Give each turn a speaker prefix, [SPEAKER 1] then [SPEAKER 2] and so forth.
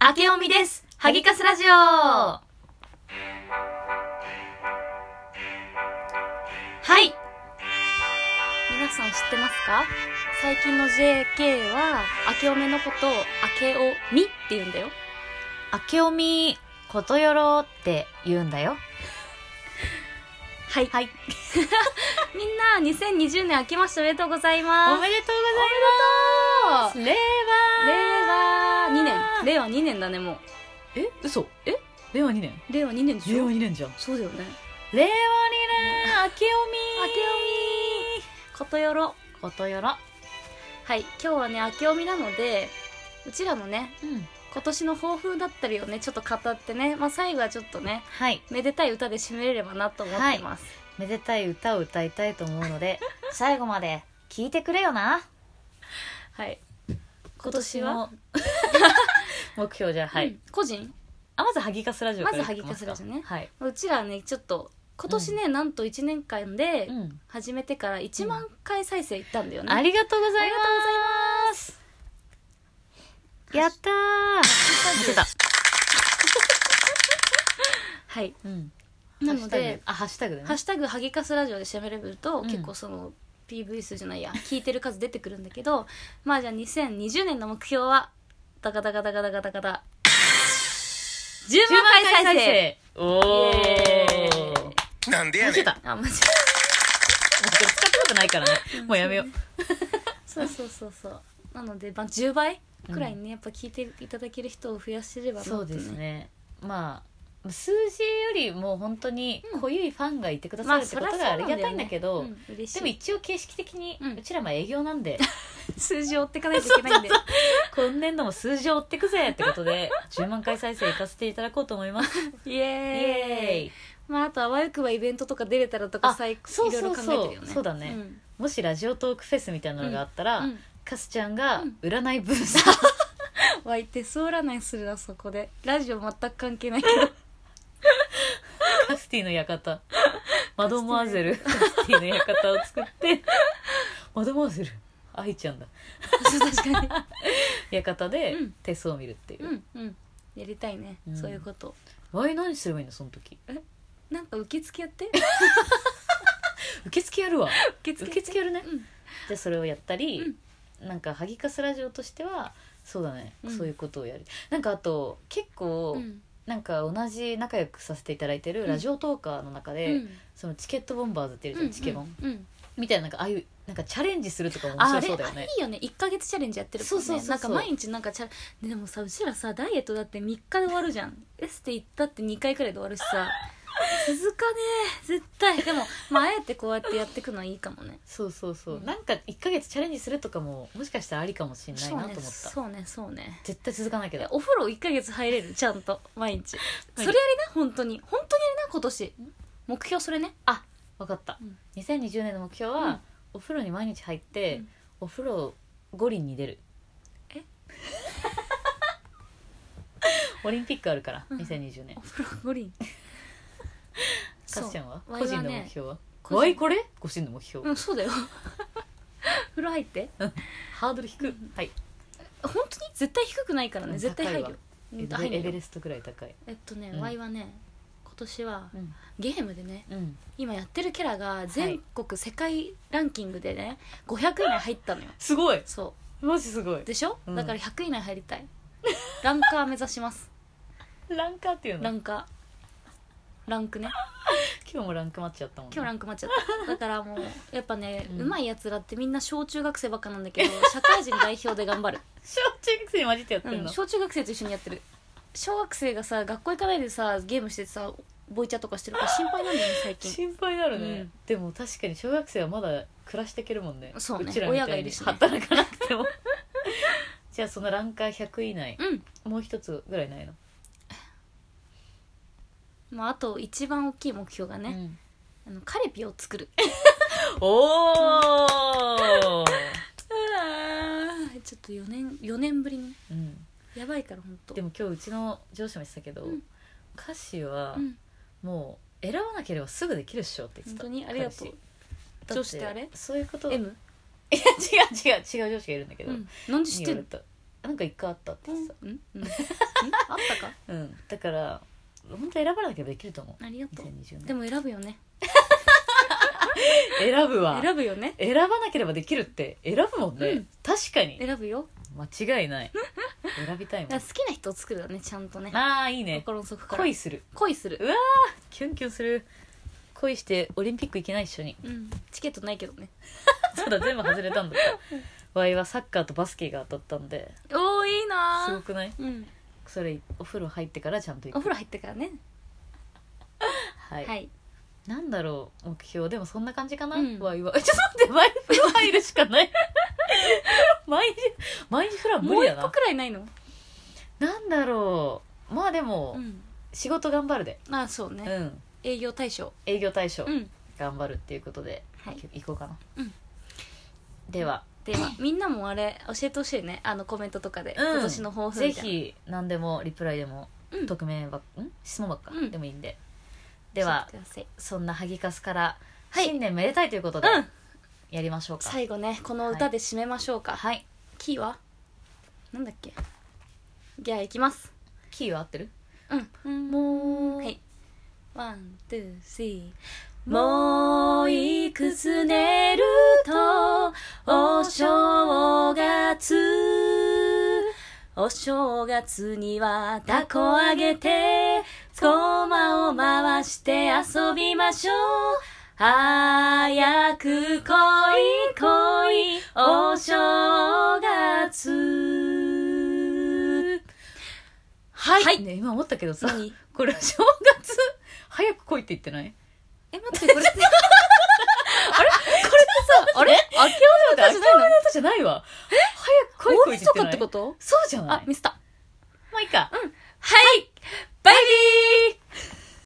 [SPEAKER 1] 明けおみです。ハギカスラジオ。はい。皆さん知ってますか最近の JK は、明けおめのことを明けおみって言うんだよ。
[SPEAKER 2] 明けおみことよろって言うんだよ
[SPEAKER 1] はい。
[SPEAKER 2] はい
[SPEAKER 1] みんな、2020年明けましておめでとうございます。
[SPEAKER 2] おめでとうございます令
[SPEAKER 1] 令和
[SPEAKER 2] 和
[SPEAKER 1] 2年。令和2年だね、も
[SPEAKER 2] え嘘え令和2年
[SPEAKER 1] う。令和2年でし
[SPEAKER 2] 令
[SPEAKER 1] ょ
[SPEAKER 2] 和2年じゃん
[SPEAKER 1] そうだよね。
[SPEAKER 2] 令和2年明けおみ
[SPEAKER 1] 明けおみことよろ。
[SPEAKER 2] ことよろ
[SPEAKER 1] はい。今日はね、明けおみなので、うちらのね、
[SPEAKER 2] うん
[SPEAKER 1] 今年の抱負だったりをねちょっと語ってね、まあ、最後はちょっとね
[SPEAKER 2] はい
[SPEAKER 1] めでたい歌で締めれればなと思ってます、
[SPEAKER 2] めでたい歌を歌いたいと思うの で最後まで聞いてくれよな
[SPEAKER 1] はい今年は
[SPEAKER 2] 今年の 目標じゃあは
[SPEAKER 1] う
[SPEAKER 2] い
[SPEAKER 1] ん個人
[SPEAKER 2] あまずハギカスラジオから
[SPEAKER 1] まずハギカスラジオね
[SPEAKER 2] いきますかはいう
[SPEAKER 1] ちらねちょっと今年ね、なんと1年間で
[SPEAKER 2] うん
[SPEAKER 1] 始めてから1万回再生いったんだよね、
[SPEAKER 2] ありがとうご
[SPEAKER 1] あ
[SPEAKER 2] ざ
[SPEAKER 1] り
[SPEAKER 2] い
[SPEAKER 1] が
[SPEAKER 2] ま
[SPEAKER 1] とうございます
[SPEAKER 2] すやったー見せた
[SPEAKER 1] はい
[SPEAKER 2] うん
[SPEAKER 1] なので
[SPEAKER 2] ハッシュタグ
[SPEAKER 1] 「
[SPEAKER 2] だね
[SPEAKER 1] ハッシュタグハギカスラジオ」で調べると、
[SPEAKER 2] うん
[SPEAKER 1] 結構その PV 数じゃないや聞いてる数出てくるんだけど まあじゃあ2020年の目標はダカダカダカダカダカダ10万回再生
[SPEAKER 2] お
[SPEAKER 1] お
[SPEAKER 2] お
[SPEAKER 3] なんでや
[SPEAKER 2] 見
[SPEAKER 3] ね
[SPEAKER 2] せ
[SPEAKER 3] ん
[SPEAKER 2] た。
[SPEAKER 1] あ 間違え
[SPEAKER 2] もうこれ使ったことないからねもうやめよう
[SPEAKER 1] そうそうそうそうなので、まあ、10倍くらいにねやっぱ聞いていただける人を増やせればなと
[SPEAKER 2] そうですねまあ数字よりも本当に濃いファンがいてくださるってことがありがたいんだけど、
[SPEAKER 1] うん嬉し
[SPEAKER 2] でも
[SPEAKER 1] い
[SPEAKER 2] 一応形式的に
[SPEAKER 1] うん
[SPEAKER 2] うちらも営業なんで、
[SPEAKER 1] 数字を追っていかないといけないん で
[SPEAKER 2] 今年度も数字を追ってくぜってことで10万回再生いかせていただこうと思います
[SPEAKER 1] イ
[SPEAKER 2] イ
[SPEAKER 1] エーイ
[SPEAKER 2] エーイ
[SPEAKER 1] まああとあわよくばイベントとか出れたらとか
[SPEAKER 2] あ
[SPEAKER 1] 最
[SPEAKER 2] そうそう
[SPEAKER 1] い
[SPEAKER 2] そう
[SPEAKER 1] ろいろ考えてるよね
[SPEAKER 2] そうだね
[SPEAKER 1] ん
[SPEAKER 2] もしラジオトークフェスみたいなのがあったら、
[SPEAKER 1] うん
[SPEAKER 2] カスちゃんが
[SPEAKER 1] うん
[SPEAKER 2] 占いブース、
[SPEAKER 1] 湧いてそう占いするなそこでラジオ全く関 係ないけど
[SPEAKER 2] カスティの 館マドモアゼルカスティの館を作って マドモアゼル愛ちゃんだ
[SPEAKER 1] 確かに
[SPEAKER 2] 館で
[SPEAKER 1] うん
[SPEAKER 2] 手相を見るっていう、
[SPEAKER 1] うんうんやりたいね、
[SPEAKER 2] うん
[SPEAKER 1] そういうこと
[SPEAKER 2] わい何すればいいのその時
[SPEAKER 1] なんか受付やって
[SPEAKER 2] 受付やるわ
[SPEAKER 1] 受付やって
[SPEAKER 2] 受付やるね
[SPEAKER 1] うん
[SPEAKER 2] じゃあそれをやったり、なんかハギカスラジオとしてはそうだね、
[SPEAKER 1] うん
[SPEAKER 2] そういうことをやるなんかあと結構、
[SPEAKER 1] うん
[SPEAKER 2] なんか同じ仲良くさせていただいてるラジオトーカーの中で、
[SPEAKER 1] うん
[SPEAKER 2] そのチケットボンバーズっていうじゃん、チケボン、
[SPEAKER 1] うんうん
[SPEAKER 2] みたいななんかああいうなんかチャレンジするとかも面
[SPEAKER 1] あ
[SPEAKER 2] 白
[SPEAKER 1] れあ
[SPEAKER 2] そうだよ
[SPEAKER 1] れ
[SPEAKER 2] ね
[SPEAKER 1] いいよね1か月チャレンジやってるもんね
[SPEAKER 2] そうそうそうそう
[SPEAKER 1] なんか毎日なんかチャレでもさうちらさダイエットだって3日で終わるじゃんエステ行ったって2回くらいで終わるしさ続かねえ絶対でも、まあ、あえてこうやってやってくのはいいかもね
[SPEAKER 2] そうそうそう、
[SPEAKER 1] うん
[SPEAKER 2] なんか1ヶ月チャレンジするとかももしかしたらありかもしれない
[SPEAKER 1] そう
[SPEAKER 2] なと
[SPEAKER 1] ね
[SPEAKER 2] 思った、
[SPEAKER 1] そうねそうね
[SPEAKER 2] 絶対続かないけ
[SPEAKER 1] え
[SPEAKER 2] ど
[SPEAKER 1] お風呂1か月入れるちゃんと毎日それやりな本当に本当にやりな今年目標それね
[SPEAKER 2] あ分かった、
[SPEAKER 1] うん
[SPEAKER 2] 2020年の目標は、
[SPEAKER 1] うん
[SPEAKER 2] お風呂に毎日入って、
[SPEAKER 1] うん
[SPEAKER 2] お風呂五輪に出る
[SPEAKER 1] え
[SPEAKER 2] オリンピックあるから、
[SPEAKER 1] うん
[SPEAKER 2] 2020年
[SPEAKER 1] お風呂五 輪
[SPEAKER 2] カスちゃんは
[SPEAKER 1] そう
[SPEAKER 2] 個
[SPEAKER 1] わい
[SPEAKER 2] 人の
[SPEAKER 1] はね
[SPEAKER 2] 目標は
[SPEAKER 1] 個人
[SPEAKER 2] わいこれ個人の目標、
[SPEAKER 1] うんそうだよ 風呂入って
[SPEAKER 2] ハードル低い、はい
[SPEAKER 1] 本当に絶対低くないから
[SPEAKER 2] う
[SPEAKER 1] ね
[SPEAKER 2] ん
[SPEAKER 1] 絶対入る
[SPEAKER 2] 高い
[SPEAKER 1] よ
[SPEAKER 2] わ
[SPEAKER 1] うん
[SPEAKER 2] エベ
[SPEAKER 1] 入るよ
[SPEAKER 2] エベレストぐらい高い
[SPEAKER 1] えっとね、
[SPEAKER 2] うん
[SPEAKER 1] Y はね今年は
[SPEAKER 2] うん、
[SPEAKER 1] ゲームでね
[SPEAKER 2] うん、
[SPEAKER 1] 今やってるキャラが全国、世界ランキングでね500位以内入ったのよ
[SPEAKER 2] すごい
[SPEAKER 1] そ
[SPEAKER 2] マジすごいう
[SPEAKER 1] でしょ、
[SPEAKER 2] うん
[SPEAKER 1] だから100位以内入りたいランカー目指します
[SPEAKER 2] ランカーっていうの
[SPEAKER 1] ランカーラン クね
[SPEAKER 2] 今日もランクマッチやったもんね
[SPEAKER 1] 今日ランク待っちゃっただからもうやっぱね、
[SPEAKER 2] うん
[SPEAKER 1] うまいやつらってみんな小中学生ばっかなんだ けど社会人代表で頑張る、
[SPEAKER 2] 小中学生に混じってやって
[SPEAKER 1] うんん、
[SPEAKER 2] の、
[SPEAKER 1] 小中学生と一緒にやってる小学生がさ学校行かないでさゲームしててさボイチャとかしてるから心配なんだよね最近
[SPEAKER 2] 心配になるね、
[SPEAKER 1] うん
[SPEAKER 2] でも確かに小学生はまだ暮らしていけるもんね
[SPEAKER 1] そうね
[SPEAKER 2] ちらみ
[SPEAKER 1] 親が
[SPEAKER 2] た
[SPEAKER 1] い
[SPEAKER 2] い
[SPEAKER 1] る
[SPEAKER 2] に
[SPEAKER 1] しね
[SPEAKER 2] 働かなくても じゃあそのランカー100以内、
[SPEAKER 1] うん
[SPEAKER 2] もう一つぐらいないの
[SPEAKER 1] まあ、あと一番大きい目標がね、
[SPEAKER 2] うん
[SPEAKER 1] あのカレピを作る
[SPEAKER 2] おお、
[SPEAKER 1] ちょっと4年4年ぶりに
[SPEAKER 2] うん、
[SPEAKER 1] やばいから本当
[SPEAKER 2] でも今日うちの上司も言ってたけど、
[SPEAKER 1] うん
[SPEAKER 2] 歌詞は
[SPEAKER 1] うん、
[SPEAKER 2] もう選ばなければすぐできるっしょって言ってた
[SPEAKER 1] 本当にありがとう
[SPEAKER 2] 彼氏
[SPEAKER 1] 上司ってあれ
[SPEAKER 2] だそういうこといや違
[SPEAKER 1] M?
[SPEAKER 2] う違う違う上司がいるんだけど、
[SPEAKER 1] うん、なんで
[SPEAKER 2] に
[SPEAKER 1] 知っ
[SPEAKER 2] 言
[SPEAKER 1] て
[SPEAKER 2] われ
[SPEAKER 1] る
[SPEAKER 2] たなんか一回あったって さ、
[SPEAKER 1] うんうん、んあったか
[SPEAKER 2] うん、だから本当選ばなければできると思う
[SPEAKER 1] ありがとう
[SPEAKER 2] 2020
[SPEAKER 1] で
[SPEAKER 2] 年
[SPEAKER 1] も選ぶよね
[SPEAKER 2] 選ぶわ選
[SPEAKER 1] 選ぶよね
[SPEAKER 2] ばなければできるって選ぶもんね、
[SPEAKER 1] うん
[SPEAKER 2] 確かに
[SPEAKER 1] 選ぶよ
[SPEAKER 2] 間違いない選びたい
[SPEAKER 1] だか
[SPEAKER 2] もん
[SPEAKER 1] ら好きな人を作るよねちゃんとね
[SPEAKER 2] ああいいね
[SPEAKER 1] 心の底から
[SPEAKER 2] 恋する
[SPEAKER 1] 恋する
[SPEAKER 2] キュンキュンする恋してオリンピック行けない一緒に
[SPEAKER 1] うんチケットないけどね
[SPEAKER 2] そうだ全部外れたんだ ったワイはサッカーとバスケが当たったんで
[SPEAKER 1] おーいい
[SPEAKER 2] すご
[SPEAKER 1] な
[SPEAKER 2] くない
[SPEAKER 1] ーうん
[SPEAKER 2] それお風呂入ってからちゃんと行く
[SPEAKER 1] お風呂入ってからね
[SPEAKER 2] は、
[SPEAKER 1] はいい、
[SPEAKER 2] なんだろう目標でもそんな感じかな、
[SPEAKER 1] うん
[SPEAKER 2] ワイは えちょっと待って毎風呂入るしかない 毎日毎日風呂は無
[SPEAKER 1] もう
[SPEAKER 2] 理
[SPEAKER 1] 一
[SPEAKER 2] だ
[SPEAKER 1] 個
[SPEAKER 2] な
[SPEAKER 1] くらいないの
[SPEAKER 2] なんだろうまあでも、
[SPEAKER 1] うん
[SPEAKER 2] 仕事頑張るで、
[SPEAKER 1] まあそうね、
[SPEAKER 2] うん
[SPEAKER 1] 営業対象
[SPEAKER 2] 営業対象、
[SPEAKER 1] うん
[SPEAKER 2] 頑張るっていうことで、
[SPEAKER 1] はい
[SPEAKER 2] 行こうかな、
[SPEAKER 1] うん
[SPEAKER 2] では
[SPEAKER 1] ではみんなもあれ教えてほしいねあのコメントとかで、
[SPEAKER 2] うん
[SPEAKER 1] 今年の抱負
[SPEAKER 2] ぜ
[SPEAKER 1] みたいな
[SPEAKER 2] ひ何でもリプライでも、
[SPEAKER 1] うん
[SPEAKER 2] 匿名ばっん質問ばっか、
[SPEAKER 1] うん
[SPEAKER 2] でもいいんででは
[SPEAKER 1] 教えてください
[SPEAKER 2] そんなハギカスから
[SPEAKER 1] はい
[SPEAKER 2] 新年めでたいということで、
[SPEAKER 1] うん
[SPEAKER 2] やりましょうか
[SPEAKER 1] 最後ねこの歌で締めましょうか、
[SPEAKER 2] はい
[SPEAKER 1] キーはなんだっけじゃあいきます
[SPEAKER 2] キーは合ってる
[SPEAKER 1] うん
[SPEAKER 2] も
[SPEAKER 1] はいワン・ツー・スリーもういくつ寝るとお正月お正月にはタコあげて駒を回して遊びましょう早く来い来いお正月はい、
[SPEAKER 2] ね、今思ったけどさ
[SPEAKER 1] 何
[SPEAKER 2] これ正月早く来いって言ってない
[SPEAKER 1] え待ってこ れってあれこれってさあれ明け
[SPEAKER 2] 明
[SPEAKER 1] おめの歌じゃないの
[SPEAKER 2] じゃないわ早く来
[SPEAKER 1] 大晦
[SPEAKER 2] い来いって言って
[SPEAKER 1] 日
[SPEAKER 2] な
[SPEAKER 1] っ
[SPEAKER 2] い
[SPEAKER 1] てこと
[SPEAKER 2] そうじゃない
[SPEAKER 1] あミスった
[SPEAKER 2] まあいいか、
[SPEAKER 1] うん